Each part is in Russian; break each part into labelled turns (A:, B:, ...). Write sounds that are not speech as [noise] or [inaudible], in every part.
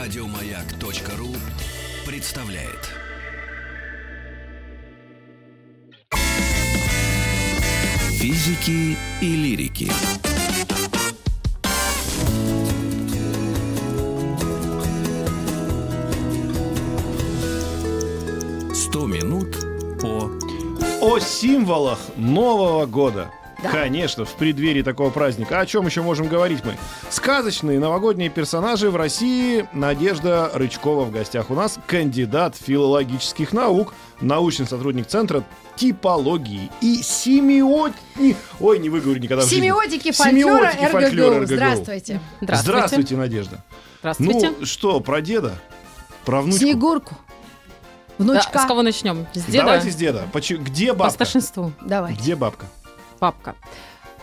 A: Радиомаяк.ру представляет. Физики и лирики. Сто минут по
B: О символах Нового года.
C: Да.
B: Конечно, в преддверии такого праздника. О чем еще можем говорить мы? Сказочные новогодние персонажи в России. Надежда Рычкова в гостях у нас. Кандидат филологических наук. Научный сотрудник Центра типологии и семиотни... Ой, не выговорю никогда в жизни.
C: Семиотики фольклора
B: Семиотики фольклора
C: РГГУ.
B: РГГУ.
C: Здравствуйте.
B: Здравствуйте. Надежда.
D: Здравствуйте.
B: Ну что, про деда? Про внучку?
C: Снегурку.
D: Ну, Да,
C: Внучка.
D: с кого начнем? С деда?
B: Давайте с деда. Почему- Где
D: По
B: бабка?
D: старшинству.
C: Давай.
B: Где бабка?
D: Бабка.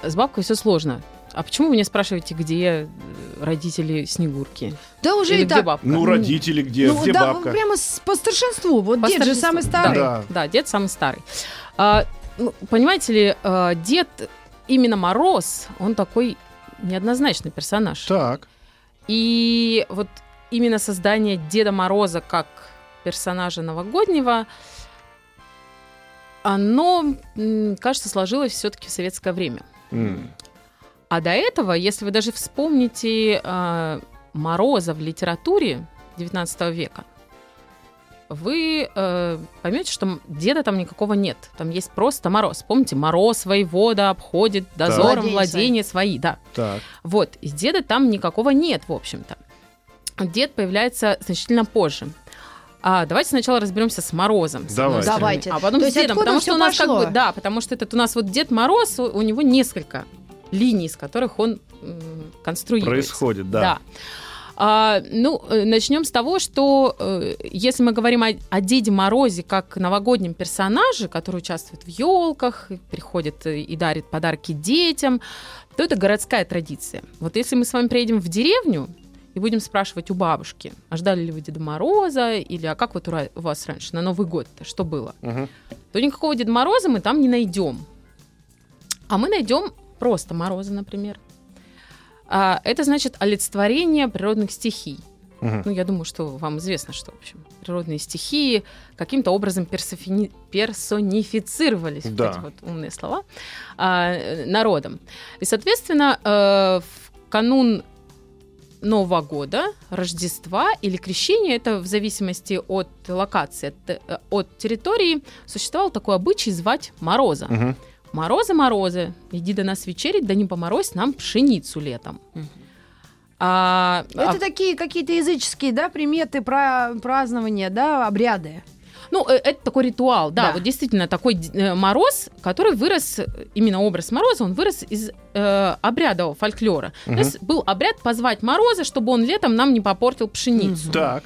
D: С бабкой все сложно. А почему вы меня спрашиваете, где э, родители Снегурки?
C: Да уже
D: Или
C: и
D: где
C: так.
D: бабка?
B: Ну, родители где?
C: Ну,
B: где
C: да,
B: бабка?
C: прямо с- по старшинству. Вот
D: По
C: дед же
D: старшинству.
C: самый старый.
B: Да.
D: Да, дед самый старый. А, ну, понимаете ли, э, дед именно Мороз, он такой неоднозначный персонаж.
B: Так.
D: И вот именно создание Деда Мороза как персонажа новогоднего, оно, м, кажется, сложилось все-таки в советское время.
B: М.
D: А до этого, если вы даже вспомните э, Мороза в литературе XIX века, вы э, поймете, что м- деда там никакого нет. Там есть просто мороз. Помните, мороз воевода обходит дозором
C: Владения
D: владения, свои, да.
B: Так.
D: Вот, и деда там никакого нет, в общем-то. Дед появляется значительно позже. А, давайте сначала разберемся с Морозом. с
B: Давайте.
D: одной стороны,
C: Давайте.
D: А потом
C: То
D: с
C: есть
D: Дедом.
C: откуда
D: Потому
C: всё
D: что у нас
C: пошло?
D: как бы, да, потому что этот у нас вот Дед Мороз, у, у него несколько линий, из которых он м, конструирует.
B: Происходит, да.
D: А, ну, начнем с того, что э, если мы говорим о, о Деде Морозе как новогоднем персонаже, который участвует в елках, приходит э, и дарит подарки детям, то это городская традиция. Вот если мы с вами приедем в деревню и будем спрашивать у бабушки, а ждали ли вы Деда Мороза, или а как вот у ра- у вас раньше на Новый год-то, что было?
B: Мгм.
D: то никакого Деда Мороза мы там не найдем. А мы найдем просто Мороза, например. А, это значит олицетворение природных стихий.
B: Мгм.
D: Ну, я думаю, что вам известно, что, в общем, природные стихии каким-то образом персофини- персонифицировались, вот
B: Да.
D: эти вот умные слова, а, э, народом. И, соответственно, э, в канун Нового года, Рождества или Крещения, это в зависимости от локации, от, э, от территории, существовал такой обычай звать Мороза.
B: Мгм.
D: Морозы, морозы, иди до нас вечерить, да не поморозь нам пшеницу летом.
A: Мгм.
D: А, а,
C: Это такие какие-то языческие, да, приметы про празднования, да, обряды.
D: ну, э, это такой ритуал, да,
C: Да.
D: вот действительно такой э, мороз, который вырос, э, именно образ мороза, он вырос из э, обряда фольклора.
B: Мгм.
D: То есть был обряд позвать мороза, чтобы он летом нам не попортил пшеницу.
B: Так.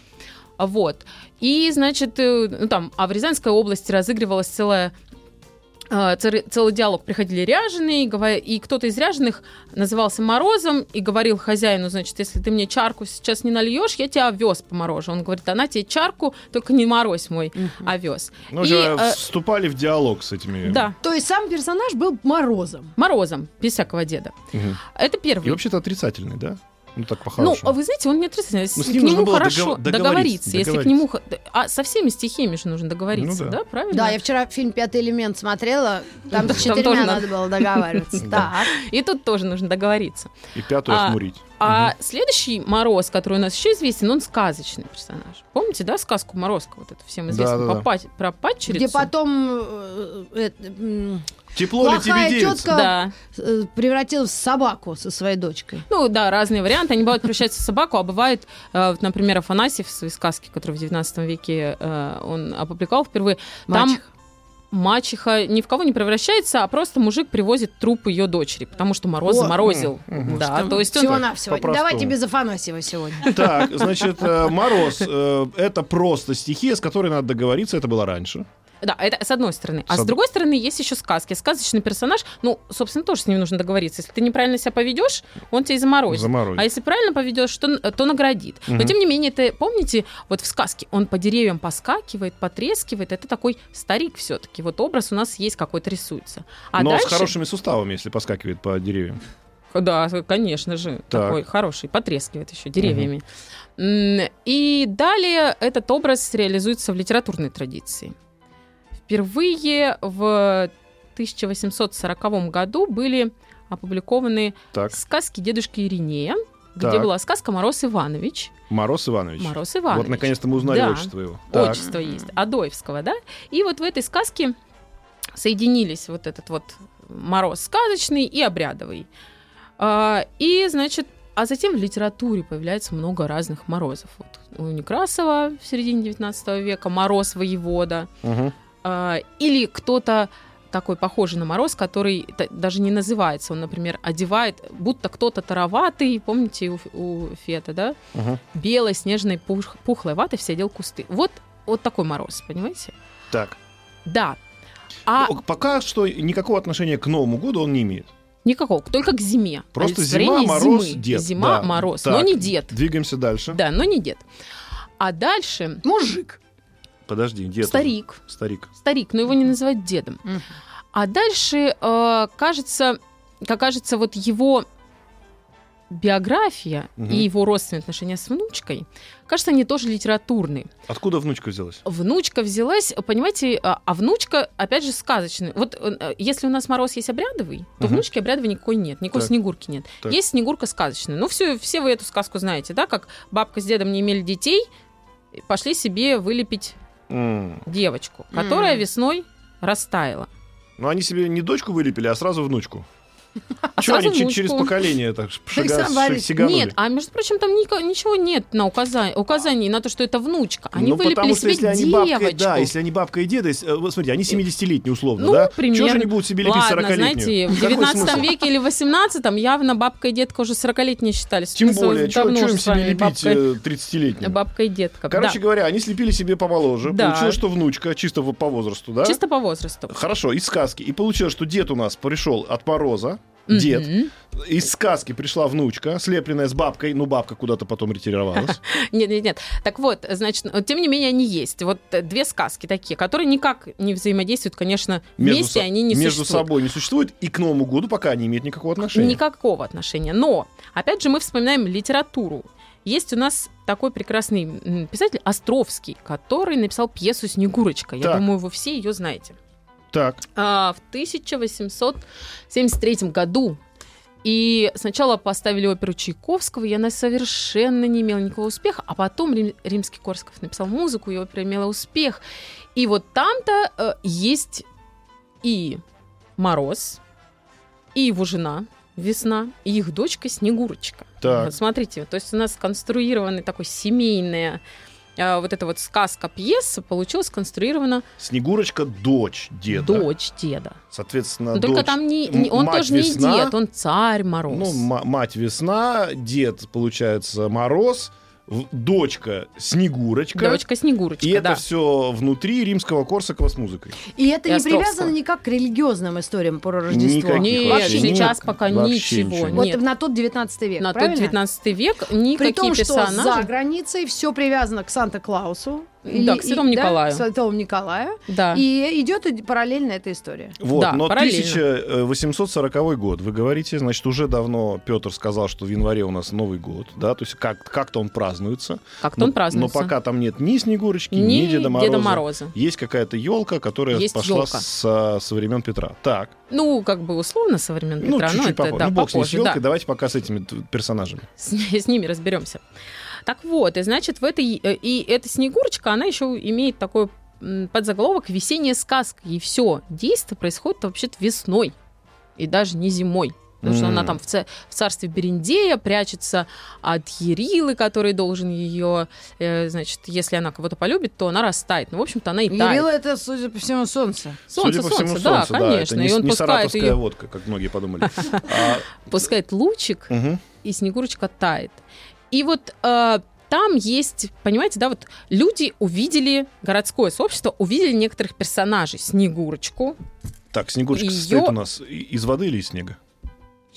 D: Вот. И, значит, э, ну, там, а в Рязанской области разыгрывалась целая э, цер- целый диалог. Приходили ряженые, и гова- и кто-то из ряженых назывался Морозом и говорил хозяину, значит, если ты мне чарку сейчас не нальешь, я тебя овес поморожу. Он говорит, она тебе чарку, только не морозь мой овес.
B: Ну,
D: И,
B: же,
D: э,
B: вступали в диалог с этими.
D: Да,
C: То есть сам персонаж был морозом.
D: Морозом, без всякого деда.
B: Мгм.
D: Это первый.
B: И вообще-то отрицательный, да? Ну, так
D: Ну, а
B: по-хорошему.
D: вы знаете, он не отрицательный. Если
B: Ну, с
D: к
B: ним нужно
D: нему
B: было
D: хорошо
B: догов- договориться,
D: договориться, если к
B: договориться.
D: нему... хо- А со всеми стихиями же нужно договориться,
B: Ну да.
D: да, правильно?
C: Да, я вчера фильм «Пятый элемент» смотрела, там
D: Да,
C: с
D: там
C: четырьмя
D: тоже
C: надо
D: надо.
C: было
B: [laughs]
C: договариваться. Так.
D: И тут тоже нужно договориться.
B: И пятую
D: а-
B: охмурить.
D: А следующий Мороз, который у нас еще известен, он сказочный персонаж. Помните, да, сказку Морозка, вот эту всем известную,
B: Да-да-да.
D: про па- про падчерицу?
C: Где потом э, э, э, м,
B: Мгм. Тепло ли тебе
C: плохая
B: девица?
C: тетка-
D: Да.
C: э, превратилась в собаку со своей дочкой.
D: Ну да, разные варианты. Они бывают превращаются в собаку, а бывает, э, вот, например, Афанасьев в своей сказке, которую в 19 веке э, он опубликовал впервые, там
C: Мачеха.
D: мачеха ни в кого не превращается, а просто мужик привозит труп ее дочери, потому что Мороз
C: Вот.
D: заморозил.
B: Мгм.
D: Да, А, то есть он...
C: Всего-навсего.
B: по-простому.
C: Давайте без Афанасьева
D: [laughs]
C: сегодня.
B: Так, значит, э, мороз э, это просто стихия, с которой надо договориться, это было раньше.
D: Да, это с одной стороны. А
B: С
D: с,
B: од-
D: другой стороны, есть еще сказки. Сказочный персонаж, ну, собственно, тоже с ним нужно договориться. Если ты неправильно себя поведешь, он тебя и заморозит.
B: Заморозить.
D: А если правильно поведешь, то, то наградит. Но
B: Мгм.
D: тем не менее, ты помните, вот в сказке он по деревьям поскакивает, потрескивает. Это такой старик все-таки. Вот образ у нас есть какой-то рисуется. А
B: Но с
D: дальше
B: хорошими суставами, если поскакивает по деревьям.
D: Да, конечно же,
B: Так.
D: такой хороший, потрескивает еще деревьями. М, И далее этот образ реализуется в литературной традиции. Впервые в 1840 году были опубликованы
B: Так,
D: сказки дедушки Иринея, где
B: Так.
D: была сказка Мороз Иванович.
B: Мороз Иванович.
D: Мороз Иванович.
B: Вот наконец-то мы узнали
D: Да.
B: отчество его. Так,
D: Отчество есть. Адоевского, да? И вот в этой сказке соединились вот этот вот мороз сказочный и обрядовый. А, И, значит, а затем в литературе появляется много разных морозов. Вот у Некрасова в середине 19 века мороз воевода.
B: мгм.
D: А, Или кто-то такой похожий на мороз, который та- даже не называется. Он, например, одевает, будто кто-то тароватый, помните, у, Ф- у Фета, да?
B: Мгм.
D: белой снежной пух- пухлой ваты все дел кусты. Вот, вот такой мороз, понимаете?
B: Так.
D: Да. А
B: Ну, Пока что никакого отношения к Новому году он не имеет.
D: никакого, только к зиме.
B: Просто зима,
D: Олицетворение
B: мороз,
D: зимы.
B: дед.
D: Зима,
B: Да.
D: мороз, но
B: Так,
D: не дед.
B: Двигаемся дальше.
D: Да, но не дед. А дальше
C: Мужик.
B: Подожди, дед. уже.
D: старик.
B: Старик.
D: Старик, но его не называют дедом.
C: Мгм.
D: А дальше, э, кажется, как кажется, вот его биография
B: Мгм.
D: и его родственные отношения с внучкой, кажется, они тоже литературные.
B: Откуда внучка взялась?
D: Внучка взялась, понимаете, а а внучка, опять же, сказочная. Вот э, если у нас мороз есть обрядовый, то
B: Мгм.
D: внучки обрядовой никакой нет, никакой
B: Так.
D: снегурки нет.
B: Так.
D: Есть снегурка сказочная. Ну, все, все вы эту сказку знаете, да, как бабка с дедом не имели детей, и пошли себе вылепить
B: М.
D: девочку, которая
C: М.
D: весной растаяла.
B: Ну, они себе не дочку вылепили, а сразу внучку.
D: А
B: Чё
D: сразу
B: они че-
D: внучку.
B: через поколение так ш-
C: Александр
B: шага- ш-
C: Борисович,
B: сиганули?
D: Нет, а между прочим, там ника- ничего нет на указа- указаний на то, что это внучка. Они
B: ну,
D: вылепили
B: потому что
D: себе
B: если они
D: девочку.
B: бабка, и- да, если они бабка и деда, если, э, вот смотрите, они 70-летние условно,
D: Ну,
B: да? Чего же
D: примерно.
B: они будут себе лепить
D: Ладно,
B: 40-летнюю?
D: знаете, в
B: Какой
D: 19
B: смысл?
D: веке или 18 явно бабка и детка уже 40-летние считались.
B: Тем
D: Мы с вами
B: более, чего
D: давно
B: чего
D: уже
B: им
D: с
B: себе
D: вами
B: лепить
D: бабка-
B: э, 30-летним?
D: Бабка и детка.
B: Короче
D: да.
B: говоря, они слепили себе помоложе.
D: Да.
B: Получилось, что внучка, чисто в- по возрасту, да?
D: Чисто по возрасту.
B: Хорошо, из сказки. И получилось, что дед у нас пришел от Мороза, э, дед.
D: Мгм.
B: Из сказки пришла внучка, слепленная с бабкой. Ну, бабка куда-то потом ретировалась.
D: Нет, нет, нет. Так вот, значит, э, тем не менее, они есть. Вот э, две сказки такие, которые никак не взаимодействуют, конечно, [laughs] вместе
B: со-
D: они не
B: между
D: существуют.
B: собой не существует, и к Новому году пока не имеет никакого отношения.
D: Никакого отношения. Но, опять же, мы вспоминаем литературу. Есть у нас такой прекрасный м, писатель Островский, который написал пьесу «Снегурочка». Я
B: Так.
D: думаю, вы все ее знаете.
B: Так,
D: А, в 1873 году. И сначала поставили оперу Чайковского, и она совершенно не имела никакого успеха, а потом Рим- Римский Корсков написал музыку, и опера имела успех. И вот там-то э, есть и Мороз, и его жена Весна, и их дочка Снегурочка.
B: Так.
D: Вот смотрите, то есть у нас конструированная такой семейная э, вот эта вот сказка пьеса получилась сконструирована
B: Снегурочка дочь деда.
D: дочь деда.
B: Соответственно,
D: Ну, Только
B: А, дочь-
D: там не, не-
B: м-
D: он
B: мать
D: тоже
B: весна.
D: не дед, он царь Мороз.
B: Ну, м- мать весна, дед, получается, мороз, в- дочка Снегурочка.
D: Девочка Снегурочка,
B: И
D: да.
B: это все внутри римского Корсакова с музыкой.
C: И это
D: И
C: не
D: Островского.
C: привязано никак к религиозным историям про Рождество.
B: Никаких
D: Нет,
C: вообще
D: сейчас
B: никак.
D: пока
B: Вообще
D: ничего.
B: ничего.
C: Вот
D: Нет.
C: на тот 19 век,
D: на тот
C: правильно?
D: 19 век
C: При
D: никакие
C: том,
D: персонажи.
C: что за границей все привязано к Санта-Клаусу.
D: Да, к Святому Николаю.
C: к Святому Николаю.
D: Да.
C: И идет и параллельно эта история.
B: Вот,
D: Да,
B: но
D: параллельно.
B: 1840 год, вы говорите, значит, уже давно Петр сказал, что в январе у нас Новый год, да, то есть как- как-то он празднуется.
D: Как-то
B: Но-
D: он празднуется.
B: Но Ну, пока там нет ни Снегурочки, ни,
D: Ни
B: Деда Мороза.
D: Мороза.
B: Есть какая-то елка, которая
D: Есть
B: пошла
D: ёлка.
B: со, со времен Петра. Так,
D: Ну, как бы условно со времен
B: ну
D: Петра.
B: чуть-чуть
D: это,
B: попозже.
D: да,
B: ну, бог с ней, с
D: попозже,
B: ёлкой,
D: да.
B: давайте пока с этими т- персонажами.
D: С, с ними разберемся. Так вот, и значит, в этой... э, И эта Снегурочка, она еще имеет такой м, подзаголовок «Весенняя сказка». И все действие происходит вообще-то весной. И даже не зимой. Потому что
B: М.
D: она там в, ца- в царстве Берендея прячется от Ерилы, который должен ее... э, значит, если она кого-то полюбит, то она растает. Ну, в общем-то, она и тает.
C: Ярила это, судя по всему, солнце.
B: Судя
D: Солнце,
B: по
D: солнце,
B: всему,
D: да,
B: солнце, да.
D: конечно.
B: Это не,
D: и он
B: не
D: пускает,
B: саратовская
D: ее,
B: водка, как многие подумали. А, [laughs]
D: пускает лучик,
B: мгм.
D: и Снегурочка тает. И вот э, там есть, понимаете, да, вот люди увидели, городское сообщество увидели некоторых персонажей. Снегурочку.
B: Так, Снегурочка
D: Её-
B: состоит у нас и- из воды или из снега?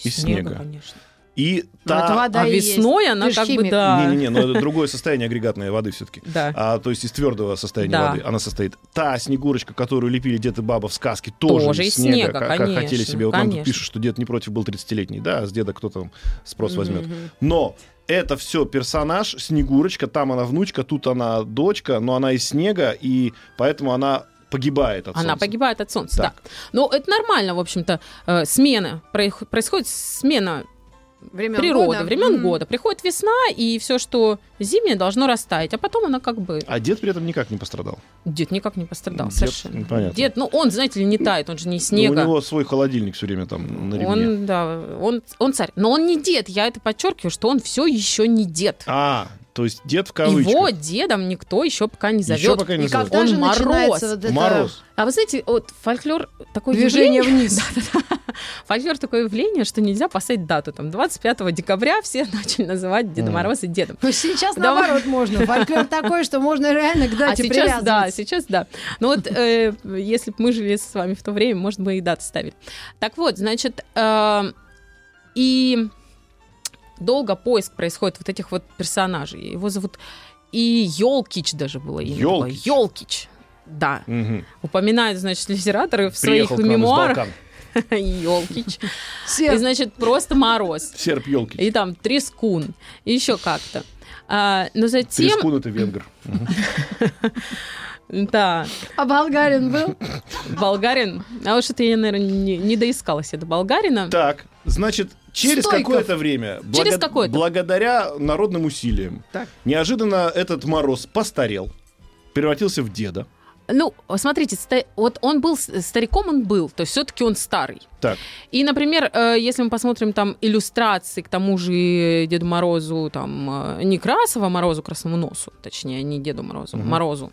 B: Из снега.
D: конечно.
B: И
C: Ну, это
B: та...
C: вода
D: а
C: и есть.
D: весной она
C: Ты ж
D: как бы
C: химик.
D: да.
B: Не-не-не, но это другое состояние агрегатной воды все-таки.
D: Да.
B: А, то есть из твердого состояния
D: Да.
B: воды она состоит. Та снегурочка, которую лепили дед и баба в сказке, тоже,
D: Тоже
B: из
D: из
B: снега,
D: снега,
B: как, как
D: конечно,
B: хотели себе. Вот нам тут
D: конечно.
B: пишут, что дед не против был 30-летний. Да, с деда кто там спрос возьмет.
D: Мгм.
B: Но это все персонаж, Снегурочка, там она внучка, тут она дочка, но она из снега, и поэтому она погибает от
D: Она
B: солнца.
D: погибает от солнца,
B: Так.
D: да. Но это нормально, в общем-то, э, смена. проих- Происходит смена
C: Времен
D: природы,
C: года.
D: времен
C: М.
D: года. Приходит весна, и все, что зимнее, должно растаять. А потом она как бы...
B: А дед при этом никак не пострадал.
D: Дед никак не пострадал
B: Дед,
D: совершенно.
B: понятно.
D: Дед, ну он, знаете ли, не тает, он же не из
B: Ну,
D: снега.
B: у него свой холодильник все время там на ремне.
D: Он, да, он, он царь. Но он не дед, я это подчеркиваю, что он все еще не дед.
B: А, то есть дед в кавычках.
D: Его дедом никто еще пока не
B: Ещё
D: зовет.
B: пока не
C: И
B: зовут.
C: когда
D: Он
C: же
D: мороз.
C: начинается вот это
B: Мороз.
D: А вы знаете, вот фольклор такое
C: движение
D: явление- [laughs]
C: вниз?
D: Фольклор такое явление, что нельзя поставить дату. Там 25 декабря все [laughs] начали называть Деда
B: Мгм.
D: Мороза дедом.
C: Ну, сейчас
D: Давай.
C: наоборот можно. Фольклор такой, что можно реально к
D: А
C: дате
D: сейчас да,
C: привязываться.
D: сейчас да. Но вот э, если бы мы жили с вами в то время, может, мы и даты ставили. Так вот, значит, э, и долго поиск происходит вот этих вот персонажей. Его зовут и Ёлкич даже было имя. такое.
B: Ёлкич.
D: Ёлкич. Да.
B: Мгм.
D: Упоминают, значит, литераторы в
B: Приехал к
D: своих
B: нам из
D: мемуарах.
B: Балкан.
D: [laughs] Ёлкич.
C: Все.
D: И, значит, просто мороз.
B: Серп елки.
D: И там трескун. И еще как-то. А, но затем...
B: Трескун это
D: [laughs]
B: венгр.
D: Да.
C: А болгарин был?
D: Болгарин. А вот что-то я, наверное, не, не доискалась я до болгарина.
B: Так, значит, через
C: Стойков.
B: какое-то время,
D: Через какое-то.
B: благодаря народным усилиям,
C: Так.
B: неожиданно этот мороз постарел, превратился в деда.
D: Ну, смотрите, ста- вот он был, с- стариком он был, то есть все-таки он старый.
B: Так,
D: И, например, э, если мы посмотрим там иллюстрации к тому же Деду Морозу, там, э, не Красова Морозу, Красному Носу, точнее, не Деду Морозу,
B: Мгм.
D: Морозу,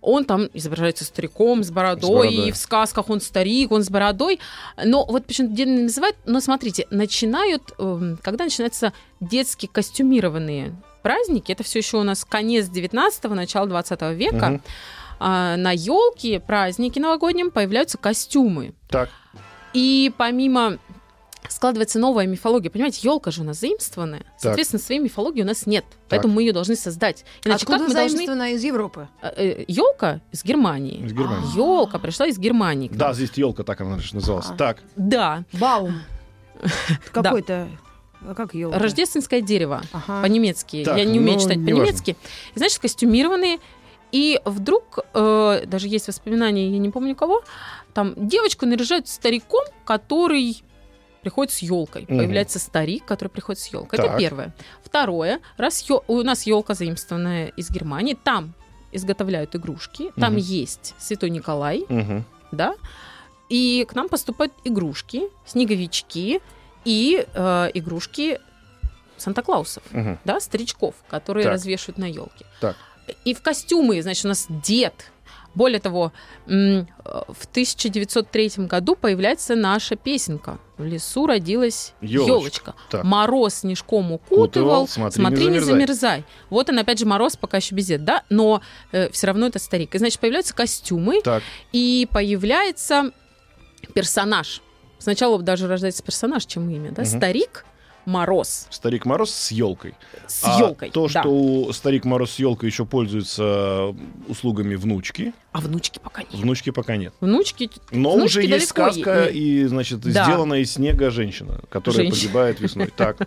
D: он там изображается стариком, с бородой,
B: бородой.
D: и в сказках он старик, он с бородой. Но вот почему-то деда не называют, но смотрите, начинают, эм, когда начинаются детские костюмированные праздники, это все еще у нас конец 19-го, начало 20 века,
B: Мгм.
D: а, на елке праздники новогодним появляются костюмы.
B: так.
D: И помимо складывается новая мифология. Понимаете, елка же у нас заимствованная. Соответственно, своей мифологии у нас нет. Поэтому мы ее должны создать. Иначе
C: Откуда
D: как мы должны...
C: заимствована из Европы?
D: Елка из Германии.
B: Из Германии.
D: Елка пришла из Германии. к нам.
B: Да, здесь елка, так она же называлась.
C: А.
B: Так,
D: Да. [laughs]
C: Баум. Какой-то... а Как елка?
D: Рождественское дерево.
C: Ага.
D: По-немецки.
B: Так,
D: Я не умею
B: ну,
D: читать
B: неважно.
D: по-немецки. И, Значит, костюмированные. И вдруг, э, даже есть воспоминания, я не помню кого, там девочку наряжают стариком, который приходит с елкой.
B: Мгм.
D: Появляется старик, который приходит с елкой.
B: Так.
D: Это первое. Второе, раз ё- у нас елка заимствованная из Германии, там изготовляют игрушки, там
B: Мгм.
D: есть Святой Николай,
B: мгм.
D: да, и к нам поступают игрушки, снеговички и э, игрушки Санта-Клаусов
B: Мгм.
D: да, старичков, которые
B: Так.
D: развешивают на елке.
B: Так.
D: И в костюмы, значит, у нас дед. Более того, м, э, в 1903 году появляется наша песенка. В лесу родилась
B: Ёлочка.
D: елочка.
B: Так.
D: Мороз снежком
B: Укутывал,
D: укутывал,
B: смотри, не
D: не
B: замерзай».
D: замерзай. Вот он, опять же, мороз пока еще без дед, да? Но все равно это старик. И, значит, появляются костюмы,
B: Так,
D: и появляется персонаж. Сначала даже рождается персонаж, чем имя, да?
B: Мгм.
D: Старик, мороз
B: Старик Мороз с елкой.
D: с
B: А
D: елкой.
B: То,
D: да.
B: что у Старик Мороз с елкой еще пользуется э, услугами внучки,
D: А внучки пока нет.
B: внучки пока нет.
D: Внучки
B: Но
D: Внучки
B: уже есть
D: далеко е-
B: сказка
D: е-
B: и, значит,
D: Да.
B: сделанная из снега женщина, которая
D: Женщина.
B: погибает
D: [laughs]
B: весной. Так,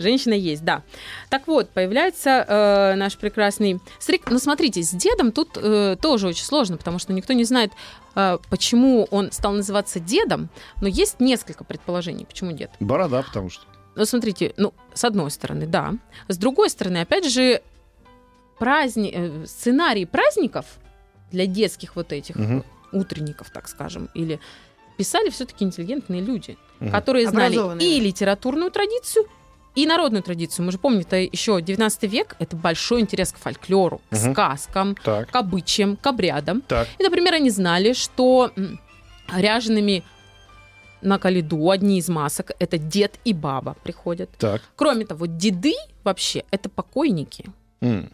D: женщина есть, да. Так вот, появляется э, наш прекрасный старик. Но смотрите, с дедом тут э, тоже очень сложно, потому что никто не знает, э, почему он стал называться дедом. Но есть несколько предположений, почему дед.
B: борода, потому что.
D: Ну, смотрите, ну, с одной стороны, да. С другой стороны, опять же, праздни... э, сценарий праздников для детских вот этих
B: Мгм.
D: утренников, так скажем, или писали все-таки интеллигентные люди,
B: Мгм.
D: которые знали
C: Образованные.
D: и литературную традицию, и народную традицию. Мы же помним, это еще 19 век, это большой интерес к фольклору, к
B: Мгм.
D: сказкам,
B: Так,
D: к обычаям, к обрядам.
B: так.
D: И, например, они знали, что м, ряжеными на коляду одни из масок это дед и баба приходят.
B: Так.
D: Кроме того, деды вообще это покойники.
B: М.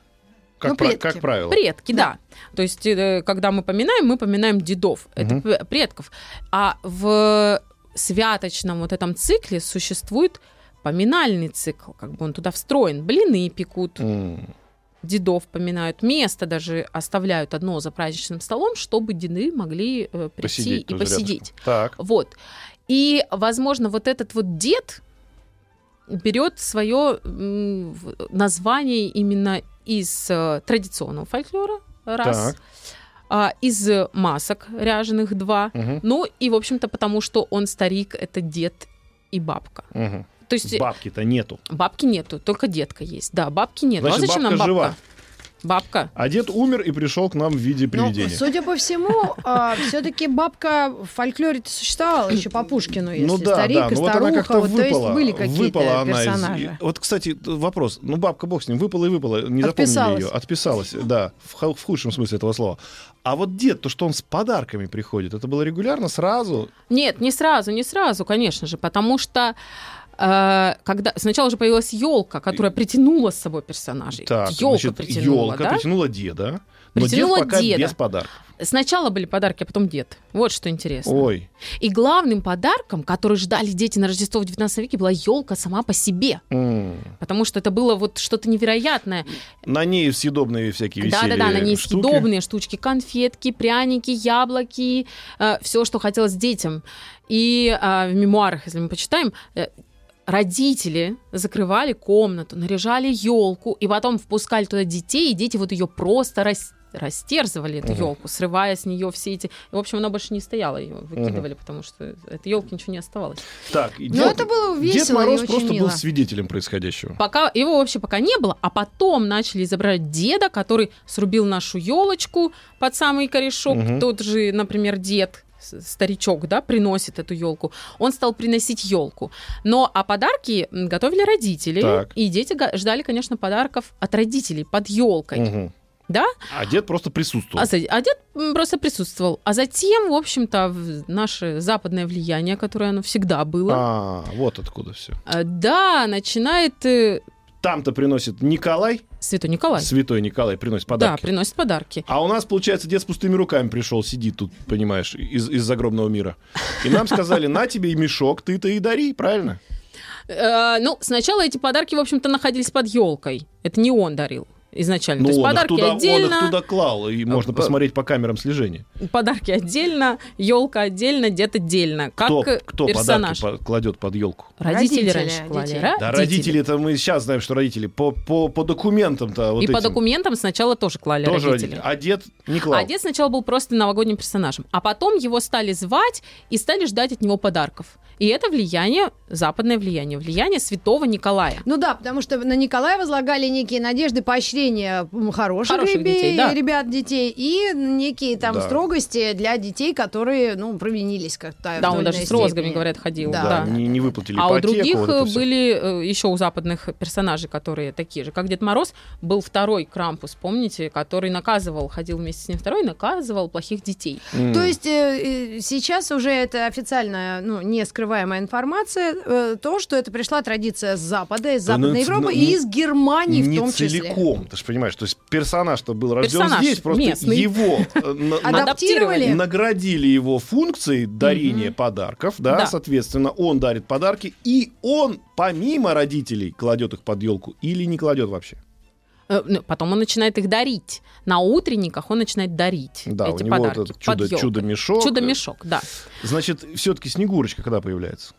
B: Как,
C: Ну,
B: пра-
C: предки.
B: как правило.
D: Предки, да. То есть, э, когда мы поминаем, мы поминаем дедов, это
B: Мгм.
D: п- предков. А в святочном вот этом цикле существует поминальный цикл, как бы он туда встроен. Блины пекут,
B: М.
D: дедов поминают, место даже оставляют одно за праздничным столом, чтобы деды могли э, прийти
B: Посидеть
D: и
B: тут рядышком.
D: посидеть.
B: Так.
D: Вот. И, возможно, вот этот вот дед берет свое м, в- название именно из э, традиционного фольклора, раз,
B: Так.
D: а, из э, масок ряженых, два.
B: Мгм.
D: Ну и, в общем-то, потому что он старик, это дед и бабка.
B: Мгм.
D: То есть
B: Бабки-то нету.
D: бабки нету, только детка есть. Да, бабки нету.
B: Значит,
D: а зачем
B: бабка
D: нам бабка?
B: жива.
D: Бабка.
B: А дед умер и пришел к нам в виде
C: Ну,
B: привидения.
C: судя по всему,
B: а,
C: все-таки бабка в фольклоре существовала еще по Пушкину, если
B: ну да,
C: старик
B: да,
C: и
B: ну вот
C: старуха,
B: она как-то
C: вот, то есть
B: выпала.
C: были какие-то
B: выпала она из-
C: персонажи.
B: и- Вот, кстати, т- вопрос. Ну, бабка, бог с ним, выпала и выпала. Не запомнили
C: Отписалась.
B: ее. Отписалась, да, в, хо- в худшем смысле этого слова. А вот дед, то, что он с подарками приходит, это было регулярно, сразу?
D: Нет, не сразу, не сразу, конечно же, потому что э, когда сначала же появилась елка, которая притянула с собой персонажей. елка
B: значит,
D: притянула,
B: елка
D: да?
B: притянула деда. Но
D: Притянула
B: дед пока
D: деда.
B: без подарков.
D: Сначала были подарки, а потом дед. Вот что интересно.
B: Ой,
D: И главным подарком, который ждали дети на Рождество в 19 веке, была елка сама по себе,
B: м.
D: потому что это было вот что-то невероятное.
B: на ней съедобные всякие
D: Да, да,
B: висели
D: да, на ней
B: штуки.
D: съедобные штучки, конфетки, пряники, яблоки, все, что хотелось детям. И э, в мемуарах, если мы почитаем, э, родители закрывали комнату, наряжали елку, и потом впускали туда детей, и дети вот ее просто рас- растерзывали эту
B: Мгм.
D: елку, срывая с нее все эти. В общем, она больше не стояла, ее выкидывали, потому что от елки ничего не оставалось.
B: Так, и
C: Ну, это было
B: Дед
C: весело
B: Мороз
C: и очень
B: просто
C: мило.
B: был свидетелем происходящего.
D: Пока его вообще пока не было, а потом начали изображать деда, который срубил нашу елочку под самый корешок.
B: Мгм.
D: Тот же, например, дед с- старичок, да, приносит эту елку. Он стал приносить елку. Но а подарки м, готовили родители,
B: Так.
D: и дети га- ждали, конечно, подарков от родителей под елкой.
B: Мгм.
D: Да?
B: А дед просто присутствовал.
D: А, за- а дед м, просто присутствовал. А затем, в общем-то, в- наше западное влияние, которое оно всегда было,
B: А, вот откуда все.
D: э, да, начинает э,
B: Там-то приносит Николай,
D: Святой Николай.
B: святой Николай приносит подарки.
D: Да, приносит подарки.
B: А у нас, получается, дед с пустыми руками пришел, сидит тут, понимаешь, из, из загробного мира. И нам сказали, на тебе и мешок, ты-то и дари, правильно?
D: Э, ну, сначала эти подарки, в общем-то, находились под елкой. Это не он дарил изначально.
B: ну,
D: То есть
B: он, их
D: подарки
B: туда, он их
D: отдельно,
B: туда клал, и можно
D: А,
B: посмотреть по камерам слежения.
D: подарки отдельно, елка отдельно, дед отдельно. Как
B: кто
D: э,
B: кто
D: персонаж.
B: подарки по- кладет под елку?
C: Родители,
D: Родители, раньше клали.
C: родители.
B: Да, родители-то мы сейчас знаем, что родители. По, по, по документам-то вот
D: И по
B: этим
D: документам сначала тоже клали
B: тоже
D: родители.
B: родители. А дед не клал.
D: А дед сначала был просто новогодним персонажем, а потом его стали звать и стали ждать от него подарков. И это влияние, западное влияние, влияние святого Николая.
C: Ну да, потому что на Николая возлагали некие надежды, поощрения м, хороших,
D: Хороших
C: ребей-
D: детей, да.
C: ребят, детей, и некие там
B: Да.
C: строгости для детей, которые, ну, провинились как-то. в
D: Да, он
C: той
D: даже
C: или иной
D: с розгами,
C: степени.
D: говорят, ходил.
C: Да,
D: да.
B: не, не выплатили
D: А у
B: ипотеку,
D: других
B: вот это
D: э,
B: всё.
D: были еще у западных персонажей, которые такие же, как Дед Мороз, был второй Крампус, помните, который наказывал, ходил вместе с ним второй, наказывал плохих детей.
B: М.
C: То есть э, э, сейчас уже это официальная, ну, не скрываемая информация, э, то, что это пришла традиция с Запада, из
B: Да, ну,
C: Западной
B: это,
C: Европы
B: ну,
C: и из Германии
B: не
C: в том числе.
B: целиком, ты же понимаешь, то есть персонаж-то был рожден
D: Персонаж
B: здесь, просто
D: местный.
B: его
D: [laughs]
B: э, на- на-
D: Адаптировали.
C: Адаптировали?
B: наградили его функцией дарения
D: Мгм.
B: подарков, да,
D: Да.
B: соответственно, он дарит подарки, и он помимо родителей кладет их под елку или не кладет вообще.
D: Э, ну, Потом он начинает их дарить. На утренниках он начинает дарить
B: Да,
D: эти
B: у него
D: подарки.
B: вот это чудо,
D: под
B: чудо
D: ёлкой.
B: мешок.
D: Чудо-мешок, да.
B: Значит, все-таки Снегурочка когда появляется?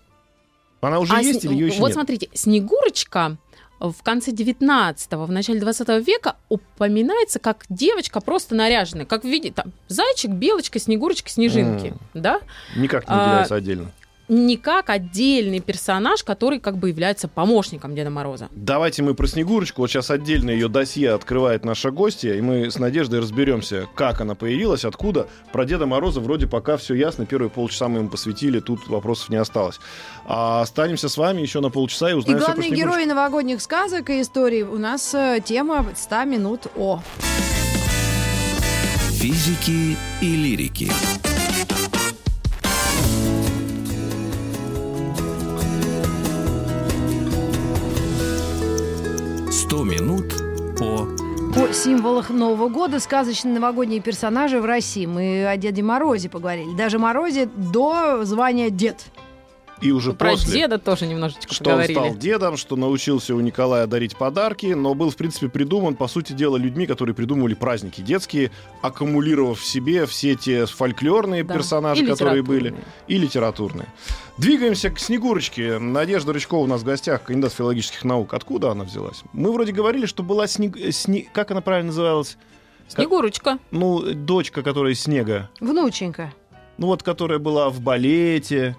B: Она уже
D: А
B: есть
D: сни-
B: или ее еще
D: вот
B: нет?
D: смотрите, Снегурочка в конце 19-го, в начале 20 века упоминается как девочка просто наряженная, как в виде там зайчик, белочка, снегурочка, снежинки,
B: М.
D: да?
B: Никак не
D: а,
B: является отдельно.
D: не как отдельный персонаж, который как бы является помощником Деда Мороза.
B: Давайте мы про Снегурочку. Вот сейчас отдельно ее досье открывает наша гостья, и мы с Надеждой разберемся, как она появилась, откуда. Про Деда Мороза вроде пока все ясно. Первые полчаса мы ему посвятили, тут вопросов не осталось. А останемся с вами еще на полчаса и
C: И
B: узнаем все про
C: главные
B: Снегурочку.
C: герои новогодних сказок и историй у нас э, тема 100 минут о.
A: Физики и лирики. Сто минут о
C: О символах Нового года сказочные новогодние персонажи в России. Мы о Деде Морозе поговорили. Даже Морозе до звания дед.
B: И уже
D: Про
B: после,
D: деда тоже немножечко
B: что он
D: поговорили.
B: стал дедом, что научился у Николая дарить подарки, но был, в принципе, придуман, по сути дела, людьми, которые придумывали праздники детские, аккумулировав в себе все те фольклорные
D: Да.
B: персонажи,
D: И
B: которые
D: литературные.
B: были, и литературные. Двигаемся к Снегурочке. Надежда Рычкова у нас в гостях, кандидат филологических наук. Откуда она взялась? Мы вроде говорили, что была снег... э, сне- Как она правильно называлась?
D: Снегурочка.
B: Ну, э, дочка, которая из снега.
C: Внученька.
B: Ну, вот, которая была в балете.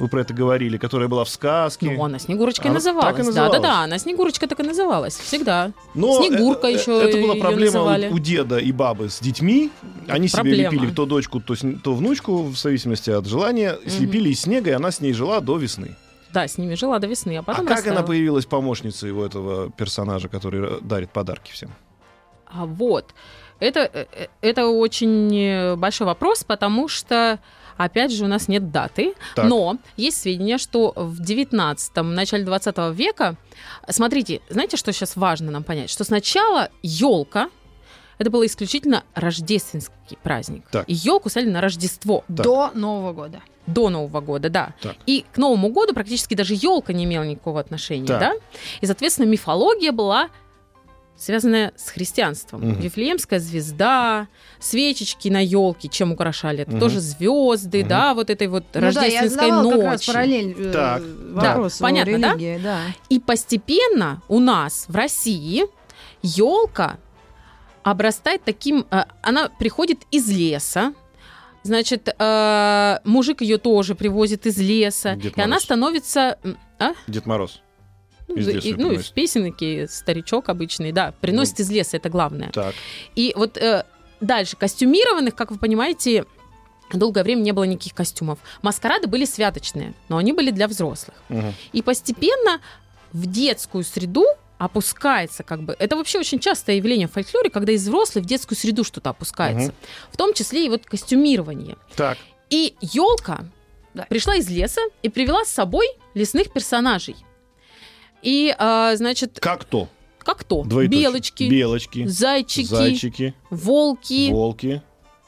B: Вы про это говорили. Которая была в сказке.
D: Ну, она Снегурочка
B: Она
D: и
B: так и
D: называлась. Да, да,
B: называлась.
D: да, она Снегурочка так и называлась. Всегда.
B: Но
D: Снегурка
B: э- э-
D: ещё
B: Это была
D: её
B: проблема
D: называли.
B: у, у деда и бабы с детьми. Они себе
D: Проблема.
B: лепили то дочку, то, сн- то внучку, в зависимости от желания. Слепили из снега, и она с ней жила до весны.
D: Да, с ними жила до весны, а потом
B: а как
D: оставила.
B: она появилась помощницей у этого персонажа, который э, дарит подарки всем?
D: А вот. Это, э, э, это очень э, большой вопрос, потому что, опять же, у нас нет даты.
B: Так.
D: Но есть сведения, что в 19-м, начале 20 века... Смотрите, знаете, что сейчас важно нам понять? Что сначала елка это был исключительно рождественский праздник.
B: Так.
D: И елку сали на Рождество.
B: Так.
C: До Нового года.
D: до Нового года, да.
B: Так.
D: И к Новому году практически даже елка не имела никакого отношения,
B: Так.
D: да? И, соответственно, мифология была связанная с христианством.
B: Мгм.
D: Вифлеемская звезда, свечечки на елке, чем украшали, это
B: Мгм.
D: тоже звезды,
B: Мгм.
D: да, вот этой вот
C: Ну да, я
D: рождественской
C: задавала
D: ночи.
C: как раз параллель э,
B: Так,
C: да. вопросу
D: понятно,
C: о
D: да?
C: религии, да?
D: И постепенно у нас в России елка обрастает таким... э, Она приходит из леса, значит, э, мужик ее тоже привозит из леса,
B: Дед
D: и она
B: Мороз.
D: становится... м, а?
B: Дед Мороз.
D: Ну,
B: Из
D: за-
B: леса
D: и-
B: её
D: ну, и в
B: приносит. Ну.
D: песенке старичок обычный, да, приносит из леса, это главное.
B: Так.
D: И вот э, дальше, костюмированных, как вы понимаете, долгое время не было никаких костюмов. Маскарады были святочные, но они были для взрослых.
B: мгм.
D: И постепенно в детскую среду опускается как бы... Это вообще очень частое явление в фольклоре, когда из взрослых в детскую среду что-то опускается.
B: Мгм.
D: В том числе и вот костюмирование.
B: Так.
D: И елка
C: Да.
D: пришла из леса и привела с собой лесных персонажей. И, а, значит,
B: Как то?
D: как то?
B: Двоеточие.
D: Белочки,
B: Белочки.
D: зайчики,
B: Зайчики.
D: волки,
B: Волки.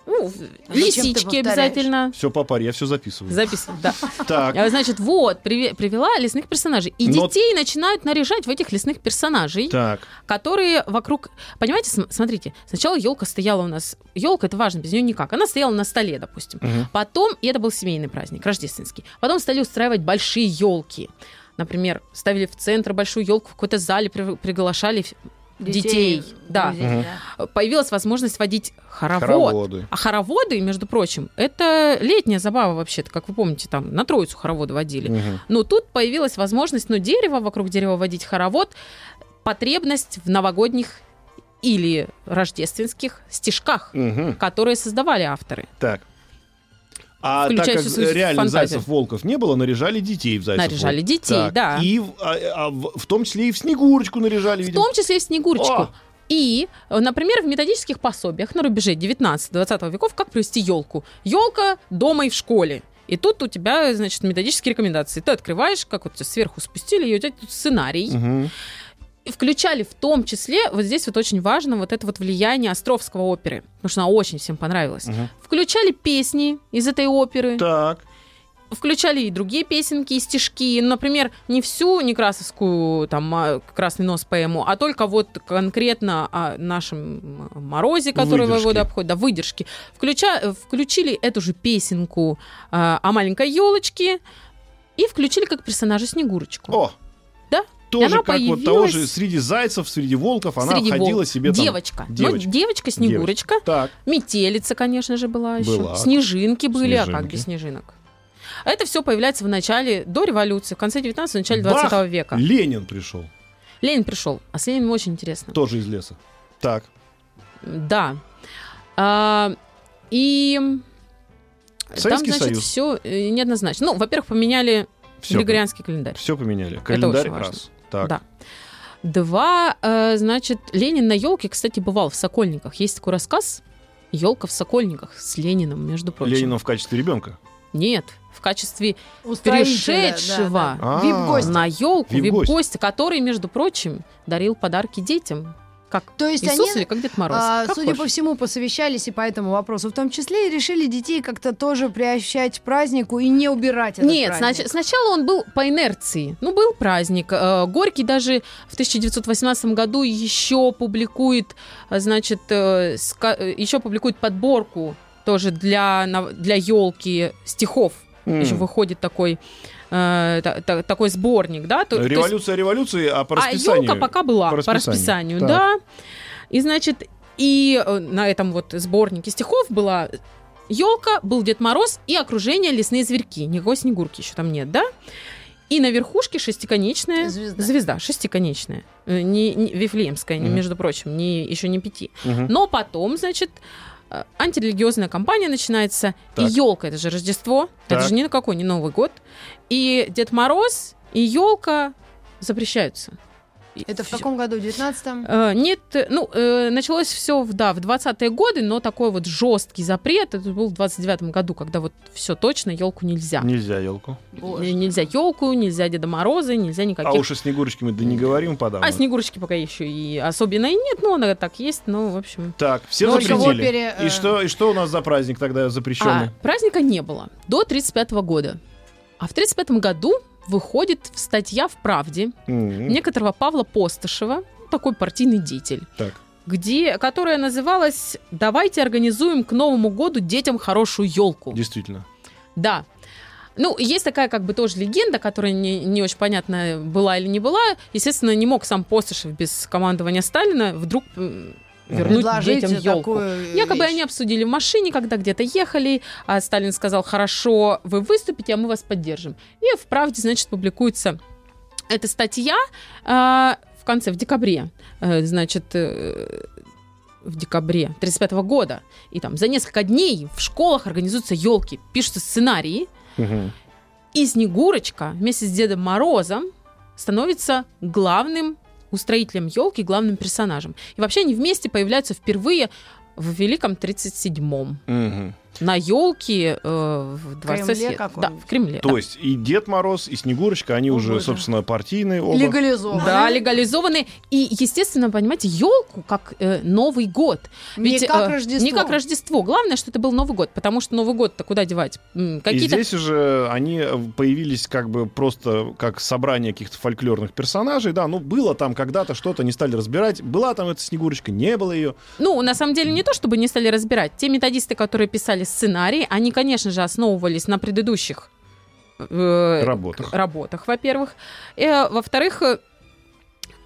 D: ну,
C: ты
D: лисички
C: повторяешь?
D: обязательно.
B: Все по паре, я все записываю.
D: Записывать, да.
B: Так. Ну
D: А, Значит, вот, приве- привела лесных персонажей. И
B: Но-
D: детей начинают наряжать в этих лесных персонажей,
B: Так.
D: которые вокруг... Понимаете, см- смотрите, сначала елка стояла у нас... Елка, это важно, без нее никак. Она стояла на столе, допустим.
B: мгм.
D: Потом, и это был семейный праздник, рождественский. Потом стали устраивать большие елки. Например, ставили в центр большую елку, в какой-то зале при- приглашали. Детей, да.
C: друзей,
D: Появилась возможность водить хоровод.
B: Хороводы.
D: А хороводы, между прочим, это летняя забава вообще-то, как вы помните, там на Троицу хороводы водили.
B: Мгм.
D: Но Ну, тут появилась возможность, ну, дерево, вокруг дерева водить хоровод, потребность в новогодних или рождественских стишках,
B: Мгм.
D: которые создавали авторы.
B: Так. А так
D: Включайте
B: как
D: свою
B: реально
D: фантазию.
B: зайцев-волков не было, наряжали детей в зайцев
D: Наряжали детей, да.
B: И в, а- а в- в том числе и в Снегурочку наряжали,
D: В
B: видимо.
D: том числе и в Снегурочку.
B: О!
D: И, э, например, в методических пособиях на рубеже 19-20 веков как привести елку. Елка дома и в школе. И тут у тебя, значит, методические рекомендации. Ты открываешь, как вот тебя сверху спустили, и у тебя тут сценарий.
B: Мгм.
D: И включали в том числе, вот здесь вот очень важно вот это вот влияние Островского оперы, потому что она очень всем понравилась.
B: Мгм.
D: Включали песни из этой оперы,
B: Так.
D: включали и другие песенки, и стишки. Например, не всю некрасовскую, там, а, «Красный нос» поэму, а только вот конкретно о нашем м, морозе, который
B: Выдержки.
D: воевода обходит, да, выдержки. Включа- э, включили эту же песенку а, о маленькой елочке и включили как персонажа Снегурочку.
B: О!
D: Да.
B: Тоже
D: она
B: как вот того же
D: появилась-
B: среди зайцев, среди волков она
D: Среди
B: ходила
D: волк.
B: себе там...
D: девочка. Ну,
B: девочка.
D: девочка Снегурочка.
B: Так.
D: Метелица, конечно же, была еще.
B: Была.
D: Снежинки были, а как
B: Снежинки.
D: без снежинок? А Это все появляется в начале, до революции, в конце 19 начале 20
B: Бах!
D: века.
B: Ленин пришел.
D: Ленин пришел. А с Лениным очень интересно.
B: Тоже из леса. Так.
D: Да. А, и
B: Советский
D: там, значит,
B: Союз.
D: все неоднозначно. Ну, во-первых, поменяли
B: Все,
D: Григорианский календарь.
B: все поменяли. Календарь
D: очень важно.
B: раз. Так.
D: Да. Два, э, значит, Ленин на елке, кстати, бывал в Сокольниках. Есть такой рассказ «Елка в Сокольниках» с Лениным, между прочим.
B: Ленина в качестве ребенка.
D: Нет, в качестве
C: Устроителя,
D: перешедшего
B: А,
C: Вип-гость.
D: на елку
B: Вип-гость.
D: вип-гостя, который, между прочим, дарил подарки детям. Как?
C: То есть
D: Иисус
C: они,
D: или как Дед Мороз?
C: а,
D: Как
C: судя по
D: хочешь.
C: всему, посовещались и по этому вопросу в том числе, и решили детей как-то тоже приощать к празднику и не убирать этот
D: Нет,
C: праздник.
D: снач- сначала он был по инерции. Ну, был праздник. Э, Горький даже в 1918 году еще публикует, э, значит, э, ска- э, еще публикует подборку тоже для, нав- для елки стихов.
B: М.
D: Еще выходит такой, э, та- та- такой сборник, да? То- то есть-
B: Революция революции, а по расписанию.
D: А елка пока была
B: По
D: по расписанию,
B: расписанию, так.
D: да. И значит, и э, на этом вот сборнике стихов была елка, был Дед Мороз и окружение лесные зверьки. Никакой снегурки еще там нет, да? И на верхушке шестиконечная
C: Звезда.
D: шестиконечная, Э, не, не- вифлеемская, не-
B: Мгм.
D: между прочим, не еще не пяти.
B: Мгм.
D: Но потом, значит, э, антирелигиозная кампания начинается.
B: Так.
D: И елка это же Рождество,
B: Так.
D: это же ни на какой не Новый год. И Дед Мороз, и елка запрещаются. И
C: Это в
D: всё.
C: каком году? В 19-м?
D: Э, Нет, э, ну, э, началось все в, да, в 20-е годы, но такой вот жесткий запрет, это был в 29-м году, когда вот все точно, елку нельзя.
B: Нельзя елку.
D: Э, Нельзя елку, нельзя Деда Мороза, нельзя никаких...
B: А уж о Снегурочке мы да не говорим подавно.
D: А Снегурочки пока еще и особенно и нет, но она так есть, но, в общем...
B: Так, все
C: Ну,
B: запретили.
C: в опере, э,
B: И, что, и что у нас за праздник тогда запрещенный?
D: А, праздника не было до 35 года. А в 35 году выходит статья в «Правде»
B: М,
D: некоторого Павла Постышева, такой партийный деятель,
B: Так.
D: где, которая называлась «Давайте организуем к Новому году детям хорошую елку».
B: Действительно.
D: Да. Ну, есть такая как бы тоже легенда, которая не, не очень понятно, была или не была. Естественно, не мог сам Постышев без командования Сталина вдруг м, вернуть
C: Предложите
D: Ну, детям елку.
C: такую
D: Якобы
C: вещь.
D: они обсудили в машине, когда где-то ехали, а Сталин сказал, хорошо, вы выступите, а мы вас поддержим. И в «Правде», значит, публикуется эта статья а, в конце, в декабре, э, значит, э, в декабре 35 года. И там за несколько дней в школах организуются елки, пишутся сценарии,
B: Мгм.
D: и Снегурочка вместе с Дедом Морозом становится главным устроителем елки, главным персонажем. И вообще они вместе появляются впервые в Великом 37-м.
B: Мгм.
D: На елке в дворце
C: Кремле
D: Свет- Да,
C: каком-нибудь.
D: в Кремле.
B: То есть и Дед Мороз, и Снегурочка, они
C: О,
B: уже,
C: боже.
B: собственно, партийные оба.
C: Легализовано.
D: Да, легализованы. И, естественно, понимаете, елку как э, Новый год.
C: Не
D: Ведь,
C: как
D: э,
C: Рождество.
D: Не как Рождество. Главное, что это был Новый год, потому что Новый год-то куда девать? М,
B: И
D: Какие-то
B: здесь уже они э, появились как бы просто как собрание каких-то фольклорных персонажей, да, ну было там когда-то что-то, не стали разбирать, была там эта Снегурочка, не было ее.
D: Ну, на самом деле, не то, чтобы не стали разбирать. Те методисты, которые писали сценарий, они, конечно же, основывались на предыдущих э,
B: Работах.
D: работах, во-первых. Э, во-вторых,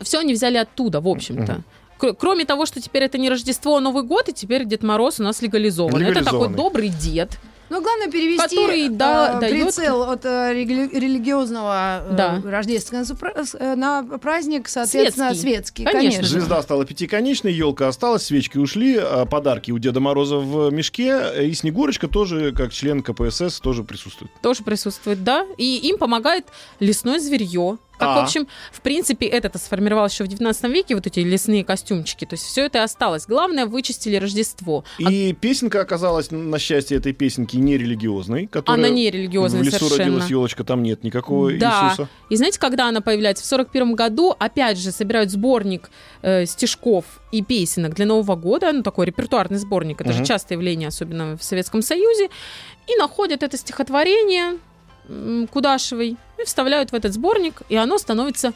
D: все они взяли оттуда, в общем-то.
B: Мгм.
D: Кр- Кроме того, что теперь это не Рождество, а Новый год, и теперь Дед Мороз у нас легализован. Это такой
B: Легализованный.
D: добрый дед.
C: Но ну, главное перевести
D: Который, да,
C: э,
D: даёт-
C: прицел от э, рели- религиозного э,
D: Да.
C: рождественского супра- э, на праздник, соответственно, светский.
D: Светский. Конечно же.
B: Звезда стала пятиконечной, елка осталась, свечки ушли, а подарки у Деда Мороза в мешке, э, и Снегурочка тоже, как член КПСС, тоже присутствует.
D: тоже присутствует, да. И им помогает лесное зверье. Как,
B: А.
D: в общем, в принципе, это сформировалось еще в 19 веке, вот эти лесные костюмчики. То есть все это и осталось. Главное, вычистили Рождество.
B: И песенка оказалась, на счастье этой песенки, нерелигиозной, которая
D: Она не религиозная
B: в лесу
D: совершенно.
B: родилась елочка, там нет никакого
D: Да.
B: Иисуса.
D: И знаете, когда она появляется? В 41 году, опять же, собирают сборник э, стишков и песенок для Нового года. Ну, такой репертуарный сборник. Это
B: Мгм.
D: же частое явление, особенно в Советском Союзе. И находят это стихотворение м, Кудашевой и вставляют в этот сборник, и оно становится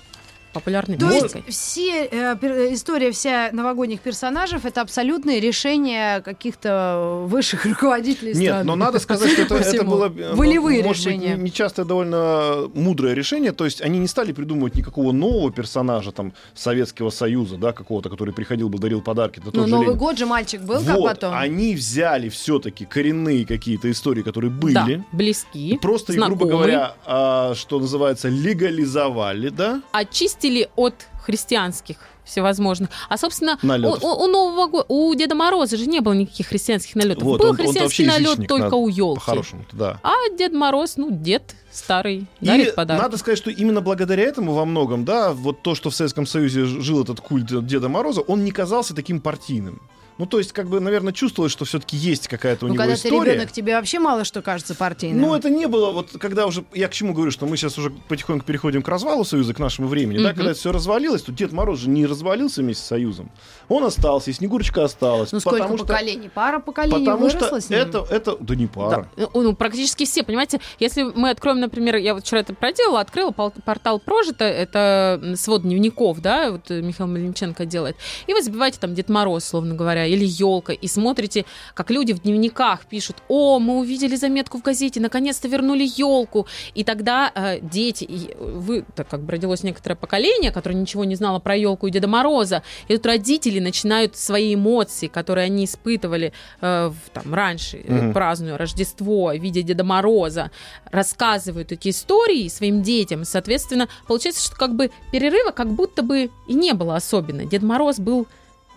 D: популярной
C: То есть
D: музыкой.
C: все, э, пер- история вся новогодних персонажей это абсолютное решение каких-то высших [laughs] руководителей
B: Нет,
C: страны.
B: но
C: [laughs]
B: надо сказать, что это,
D: По
B: это
D: всему.
B: было э, ну,
C: Волевые
B: может быть,
C: решения.
B: не- нечастое довольно мудрое решение. То есть они не стали придумывать никакого нового персонажа там Советского Союза, да, какого-то, который приходил бы, дарил подарки. Да тот
C: Ну,
B: же
C: Новый
B: Ленин.
C: год же мальчик был, как
B: вот,
C: потом.
B: они взяли все-таки коренные какие-то истории, которые были.
D: Да,
B: И
D: близки,
B: просто, их, грубо
D: знакомы.
B: говоря, а, что называется, легализовали, да?
D: очистили от христианских всевозможных. А, собственно, у,
B: Налетов.
D: у- у Нового года, у Деда Мороза же не было никаких христианских налетов.
B: Вот,
D: Был
B: он- он-то
D: христианский
B: вообще
D: налет
B: язычник,
D: только
B: надо
D: у елки.
B: По-хорошему, да.
D: А Дед Мороз, ну, дед старый,
B: И
D: дарит подарок.
B: надо сказать, что именно благодаря этому во многом, да, вот то, что в Советском Союзе ж- жил этот культ Деда Мороза, он не казался таким партийным. Ну, то есть, как бы, наверное, чувствовалось, что все-таки есть какая-то у
C: Ну,
B: него
C: когда ты
B: история.
C: ребенок, тебе вообще мало что кажется партийным.
B: Ну, это не было, вот когда уже, я к чему говорю, что мы сейчас уже потихоньку переходим к развалу Союза, к нашему времени, да,
D: Мгм.
B: когда все развалилось, то Дед Мороз же не развалился вместе с Союзом. Он остался, и Снегурочка осталась.
C: Ну, сколько
B: потому что-
C: поколений? Пара поколений
B: Потому
C: выросла
B: что
C: с ним.
B: это, это, да не пара.
D: Да, ну, практически все, понимаете, если мы откроем, например, я вот вчера это проделала, открыла пол- портал Прожито, это м, свод дневников, да, вот э, Михаил Мельниченко делает, и вы забиваете там Дед Мороз, словно говоря, или елка, и смотрите, как люди в дневниках пишут, о, мы увидели заметку в газете, наконец-то вернули елку, и тогда э, дети, и вы, так как бы родилось некоторое поколение, которое ничего не знало про елку и Деда Мороза, и тут родители начинают свои эмоции, которые они испытывали э, в- там, раньше, э,
B: Мгм.
D: празднуя Рождество, видя Деда Мороза, рассказывают эти истории своим детям. Соответственно, получается, что как бы перерыва как будто бы и не было особенно. Дед Мороз был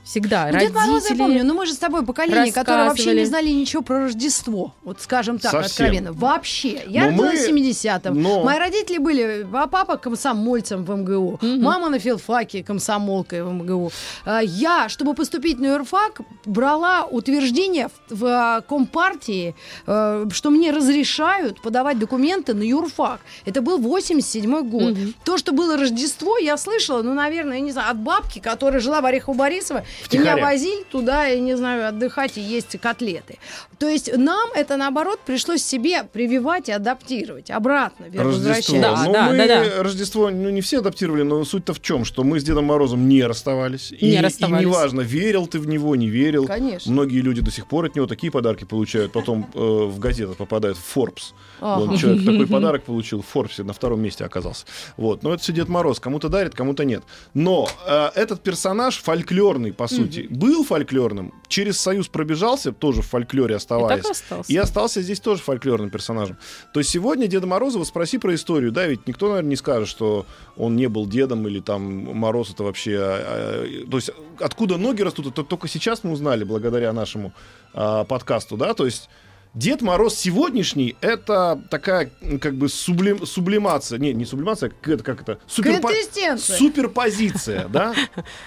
D: всегда.
C: Ну, Дед Мороз, я
D: Родители-
C: помню, ну мы же с тобой поколение, которое вообще не
D: рассказывали.
C: знали ничего про Рождество. Вот скажем так,
B: Совсем.
C: откровенно. Вообще. Я
B: Но мы-
C: родилась в 70-м.
B: но-
C: Мои родители были, а папа комсомольцем в МГУ,
D: Мгм.
C: мама на филфаке комсомолкой в МГУ. А, Я, чтобы поступить на юрфак, брала утверждение в, в, а, Компартии, э, что мне разрешают подавать документы на юрфак. Это был 87 год.
D: Мгм.
C: То, что было Рождество, я слышала, ну, наверное, я не знаю, от бабки, которая жила в Орехово Борисово, и меня
B: Втихаря.
C: возили туда, я не знаю, отдыхать и есть котлеты. То есть нам это, наоборот, пришлось себе прививать и адаптировать. Обратно
B: Рождество.
C: возвращаясь.
D: Да,
B: ну,
D: да,
B: мы
D: да, да.
B: Рождество, ну, не все адаптировали, но суть-то в чем, что мы с Дедом Морозом не расставались. И,
D: Не расставались.
B: И неважно, верил ты в него, не верил.
C: Конечно.
B: Многие люди до сих пор от него такие подарки получают. Потом э, в газету попадают в Forbes.
C: Ага.
B: Вот человек такой
D: [laughs]
B: подарок получил в Форбсе, на втором месте оказался. Вот. Но это все Дед Мороз. Кому-то дарит, кому-то нет. Но э, этот персонаж фольклорный, по сути, был фольклорным. Через Союз пробежался, тоже в фольклоре
D: И
B: оставаясь.
D: так и остался.
B: И остался здесь тоже фольклорным персонажем. То есть сегодня Деда Мороза вот спроси про историю, да, ведь никто, наверное, не скажет, что он не был дедом или там Мороз это вообще... а, а, То есть откуда ноги растут, это только сейчас мы узнали благодаря нашему а, подкасту, да, то есть Дед Мороз сегодняшний — это такая м, как бы сублим- сублимация. Не, не сублимация, а это как это? Суперпо-
C: Квинтэссенция.
B: Суперпозиция, да?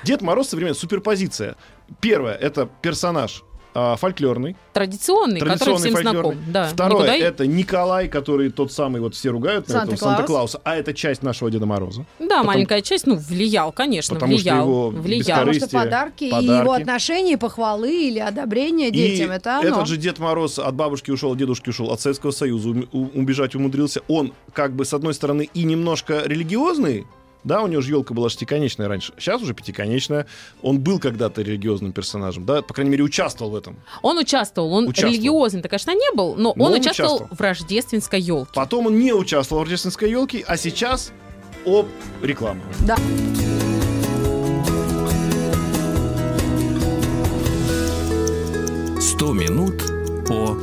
B: Дед Мороз современный, суперпозиция. Первое — это персонаж а, фольклорный,
D: Традиционный, который всем
B: фольклорный.
D: знаком. Да. Ну,
B: Второе
D: Никуда и-
B: это Николай, который тот самый, вот все ругают на этого
C: Санта-Клаус.
B: Санта-Клауса, а это часть нашего Деда Мороза.
D: Да, маленькая часть, ну, влиял, конечно,
B: Потому что
D: влиял.
B: его
D: влиял.
C: Потому что
B: Корыстие,
C: подарки, и
B: подарки.
C: его отношения, и похвалы или одобрение детям,
B: И
C: это оно.
B: этот же Дед Мороз от бабушки ушел, от дедушки ушел, от Советского Союза ум- у- убежать умудрился. Он, как бы, с одной стороны, и немножко религиозный, да, у него же елка была шестиконечная раньше, сейчас уже пятиконечная. Он был когда-то религиозным персонажем, да, по крайней мере, участвовал в этом.
D: Он участвовал, он
B: Участвовал.
D: религиозный, то конечно, не был, но,
B: Но
D: он,
B: он
D: участвовал,
B: участвовал.
D: в рождественской елке.
B: Потом он не участвовал в рождественской елке, а сейчас об реклама.
C: Да.
A: «100 минут о...»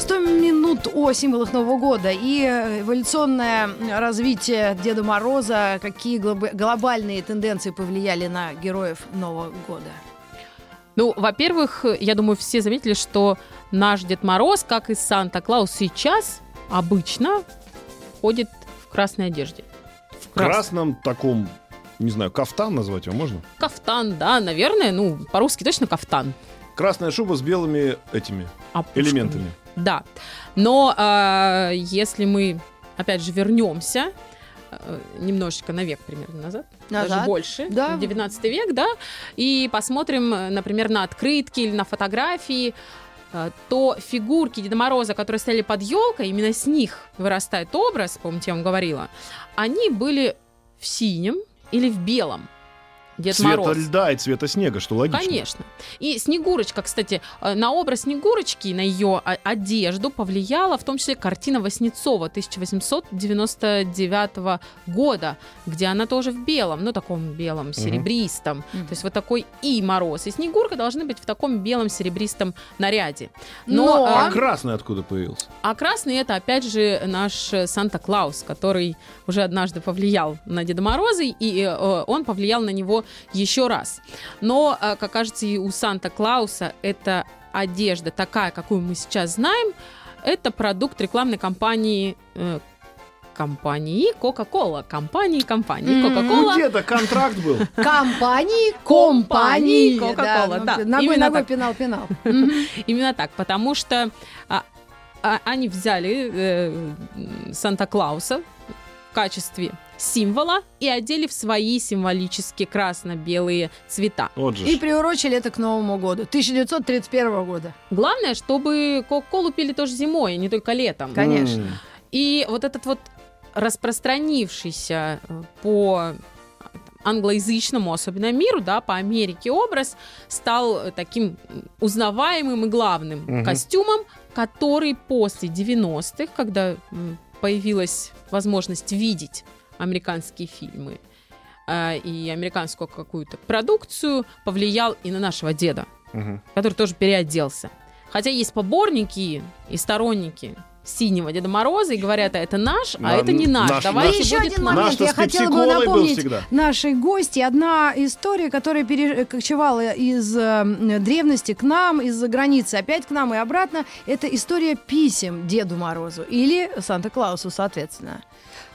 C: 100 минут о символах Нового года и э, эволюционное развитие Деда Мороза, какие глоб- глобальные тенденции повлияли на героев Нового года.
D: Ну, во-первых, я думаю, все заметили, что наш Дед Мороз, как и Санта-Клаус, сейчас обычно ходит в красной одежде. В
B: В
D: красном.
B: красном таком, не знаю, кафтан назвать его можно?
D: Кафтан, да, наверное, ну, по-русски точно кафтан.
B: Красная шуба с белыми этими
D: Опушками.
B: элементами.
D: Да. Но а, если мы, опять же, вернемся э, немножечко на век примерно назад, даже
C: Назад.
D: больше,
C: Да.
D: 19 век, да, и посмотрим, э, например, на открытки или на фотографии, э, то фигурки Деда Мороза, которые стояли под елкой, именно с них вырастает образ, помните, я вам говорила, они были в синем или в белом. Дед
B: цвета
D: Мороз.
B: льда и цвета снега, что логично.
D: Конечно. И Снегурочка, кстати, э, на образ Снегурочки, и на ее о- одежду повлияла в том числе картина Васнецова 1899 года, где она тоже в белом, ну таком белом, серебристом.
C: Мгм.
D: То есть вот такой и Мороз, и Снегурка должны быть в таком белом серебристом наряде. Но,
C: Но-
D: э,
B: А красный откуда появился?
D: а красный это опять же наш э, Санта-Клаус, который уже однажды повлиял на Деда Мороза, и э, он повлиял на него еще раз. Но, э, как кажется, и у Санта-Клауса эта одежда такая, какую мы сейчас знаем, это продукт рекламной кампании э, компании и Coca-Cola. Компании, компании,
C: М,
B: Ну,
D: Coca-Cola.
B: где-то контракт
C: [laughs]
B: был.
C: Компании, компании.
D: Coca-Cola, да,
C: Ногой,
D: именно
C: ногой,
D: так.
C: пенал, пенал.
D: Мгм. Именно так, потому что а, а, они взяли э, м, Санта-Клауса в качестве символа и одели в свои символически красно-белые цвета.
B: Вот же.
C: И
B: ж.
C: приурочили это к Новому году, 1931 года.
D: Главное, чтобы Кока-Колу пили тоже зимой, а не только летом.
C: Кон- конечно.
B: М.
D: И вот этот вот распространившийся э, по англоязычному, особенно миру, да, по Америке образ стал э, таким узнаваемым и главным
B: Мгм.
D: костюмом, который после 90-х, когда м, появилась возможность видеть американские фильмы э, и американскую какую-то продукцию, повлиял и на нашего деда
B: Мгм.
D: который тоже переоделся. Хотя есть поборники и сторонники синего Деда Мороза и говорят, а это наш, а
B: На-
D: это не наш.
B: наш,
D: Давайте
C: да. Еще
D: будет
C: один
D: наш».
C: момент.
B: Наш
C: я
B: с
C: хотела бы
B: пепсиколой был
C: напомнить.
B: всегда.
C: Наши гости, одна история, которая перекочевала из э, м, древности к нам, из-за границы опять к нам и обратно, это история писем Деду Морозу или Санта-Клаусу, соответственно.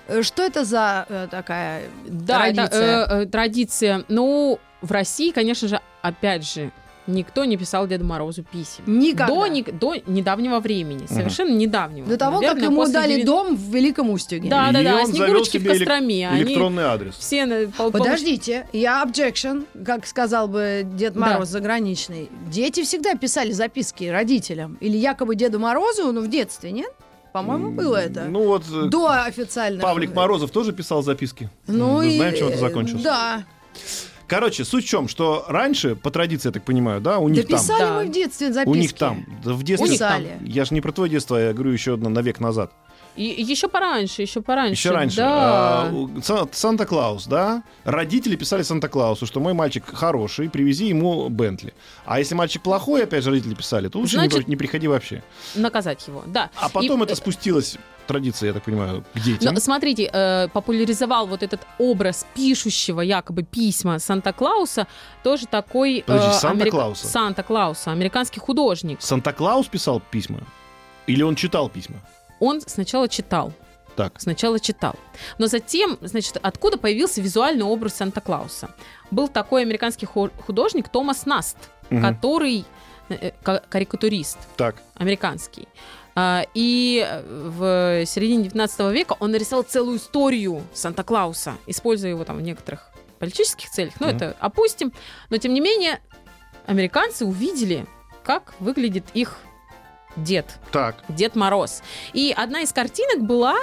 C: Э, Что это за э, такая
D: Да,
C: традиция?
D: это э, э, традиция. Ну, в России, конечно же, опять же, никто не писал Деду Морозу писем.
C: Никогда.
D: До, ни- до недавнего времени, совершенно недавнего.
C: До того, как
D: Наверное,
C: ему
D: после
C: дали
D: девя-
C: дом в Великом Устюге.
D: Да,
B: И
D: да, да,
B: он завел
D: Снегурочки в
B: себе элек-
D: Костроме. а Они
B: Электронный адрес.
D: все... на- пол-
C: Подождите, я objection, как сказал бы Дед
D: Да.
C: Мороз заграничный. Дети всегда писали записки родителям. Или якобы Деду Морозу, ну, в детстве, нет? По-моему, было это.
B: Ну вот э,
C: До официального.
B: Павлик Морозов тоже писал записки.
C: Ну
B: Мы
C: и...
B: знаем, чем это закончилось.
C: Да.
B: Короче, суть в чем, что раньше, по традиции, я так понимаю, да, у них там.
C: Дописали
D: Да.
C: мы в детстве записки.
B: У них там. Да в детстве.
C: Писали.
B: Я же не про твое детство, я говорю еще на, на век назад.
D: И, еще пораньше, еще пораньше.
B: Еще раньше.
D: Да.
B: А, у- Сан- Санта-Клаус, да? Родители писали Санта-Клаусу, что мой мальчик хороший, привези ему Бентли. А если мальчик плохой, опять же, родители писали, то лучше не
D: Значит-
B: при- не, приходи вообще.
D: Наказать его, да.
B: А
D: И-
B: потом это
D: э,
B: спустилось, традиция, я так понимаю, к детям.
D: Но, Ну, смотрите, э, популяризовал вот этот образ пишущего якобы письма Санта-Клауса тоже такой... э,
B: Подожди,
D: америка-
B: Санта-Клауса?
D: Санта-Клауса, американский художник.
B: Санта-Клаус писал письма? Или он читал письма?
D: Он сначала читал,
B: Так.
D: сначала читал. Но затем, значит, откуда появился визуальный образ Санта-Клауса? Был такой американский хо- художник Томас Наст,
B: Мгм.
D: который э, ка- карикатурист.
B: Так.
D: американский. А, И в середине 19 века он нарисовал целую историю Санта-Клауса, используя его там в некоторых политических целях. Ну,
B: Мгм.
D: это опустим. Но, тем не менее, американцы увидели, как выглядит их дед,
B: Так.
D: Дед Мороз. И одна из картинок была,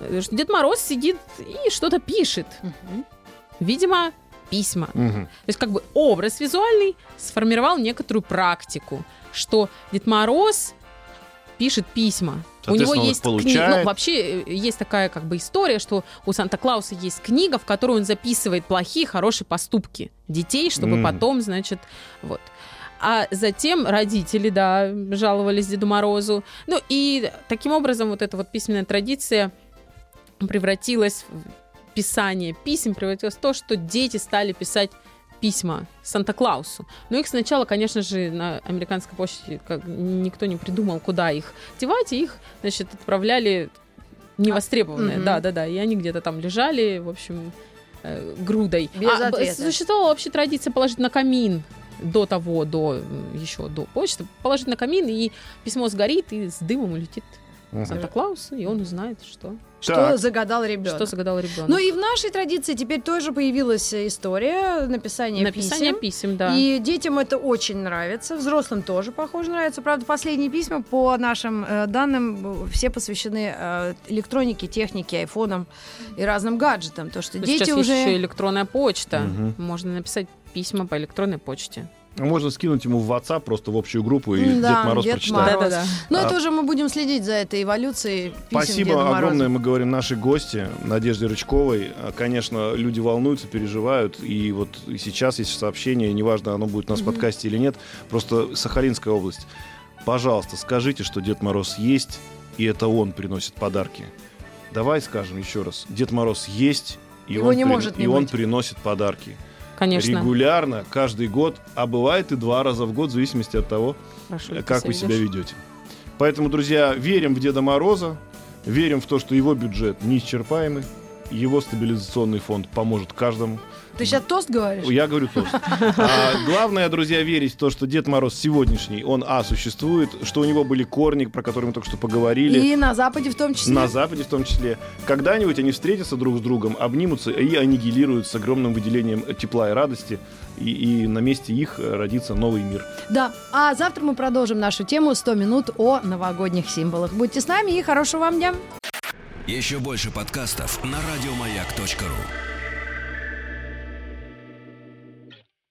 D: э, что Дед Мороз сидит и что-то пишет.
C: Мгм.
D: Видимо, письма.
B: Мгм.
D: То есть как бы образ визуальный сформировал некоторую практику, что Дед Мороз пишет письма. У
B: Соответственно,
D: него
B: он их
D: есть кни-
B: получает.
D: Ну, вообще э, есть такая как бы история, что у Санта-Клауса есть книга, в которой он записывает плохие, хорошие поступки детей, чтобы
B: Мгм.
D: потом, значит, вот. А затем родители, да, жаловались Деду Морозу. Ну и таким образом вот эта вот письменная традиция превратилась в писание писем, превратилось в то, что дети стали писать письма Санта-Клаусу. Но их сначала, конечно же, на американской почте как- никто не придумал, куда их девать, и их, значит, отправляли невостребованные.
C: Мгм.
D: Да-да-да, и они где-то там лежали, в общем, э, грудой.
C: Без
D: А, б-
C: ответа.
D: существовала вообще традиция положить на камин до того, до м, еще до почты, положить на камин, и письмо сгорит, и с дымом улетит
B: Мгм.
D: Санта-Клаус, и он узнает, что,
C: Что
B: Так.
C: загадал ребенок.
D: что загадал ребенок.
C: Ну и в нашей традиции теперь тоже появилась история написания,
D: Написание
C: писем.
D: писем, да.
C: И детям это очень нравится, взрослым тоже, похоже, нравится. Правда, последние письма, по нашим э, данным, э, все посвящены э, электронике, технике, айфонам и разным гаджетам. То, что
D: Ну,
C: дети
D: Сейчас
C: уже...
D: есть еще электронная почта.
B: Мгм.
D: Можно написать письма по электронной почте.
B: А Можно скинуть ему в WhatsApp просто в общую группу, и
C: М-да,
B: Дед Мороз
C: Дед
B: прочитает.
C: Мороз. Но
B: А-
C: Ну, это уже мы будем следить за этой эволюцией писем
B: Спасибо
C: Деда Мороза.
B: огромное. Мы говорим наши гости Надежде Рычковой. А, Конечно, люди волнуются, переживают. И вот и сейчас есть сообщение, неважно, оно будет у нас в подкасте или нет, просто Сахалинская область. Пожалуйста, скажите, что Дед Мороз есть, и это он приносит подарки. Давай скажем еще раз. Дед Мороз есть, и,
C: Его
B: он,
C: не
B: прин-
C: может не
B: и он
C: быть.
B: приносит подарки.
D: Конечно.
B: Регулярно, каждый год, а бывает и два раза в год, в зависимости от того,
D: Хорошо,
B: как
D: ты
B: вы себя
D: ведёшь.
B: ведете. Поэтому, друзья, верим в Деда Мороза, Верим в то, что его бюджет неисчерпаемый, его стабилизационный фонд поможет каждому.
C: Ты сейчас тост говоришь?
B: Я говорю тост. А, главное, друзья, верить в то, что Дед Мороз сегодняшний, он, а, существует, что у него были корни, про которые мы только что поговорили.
C: И на Западе в том числе.
B: На Западе в том числе. Когда-нибудь они встретятся друг с другом, обнимутся и аннигилируют с огромным выделением тепла и радости. И, и на месте их э, родится новый мир.
C: Да. А завтра мы продолжим нашу тему «100 минут о новогодних символах». Будьте с нами и хорошего вам дня.
A: Еще больше подкастов на радиомаяк.ру.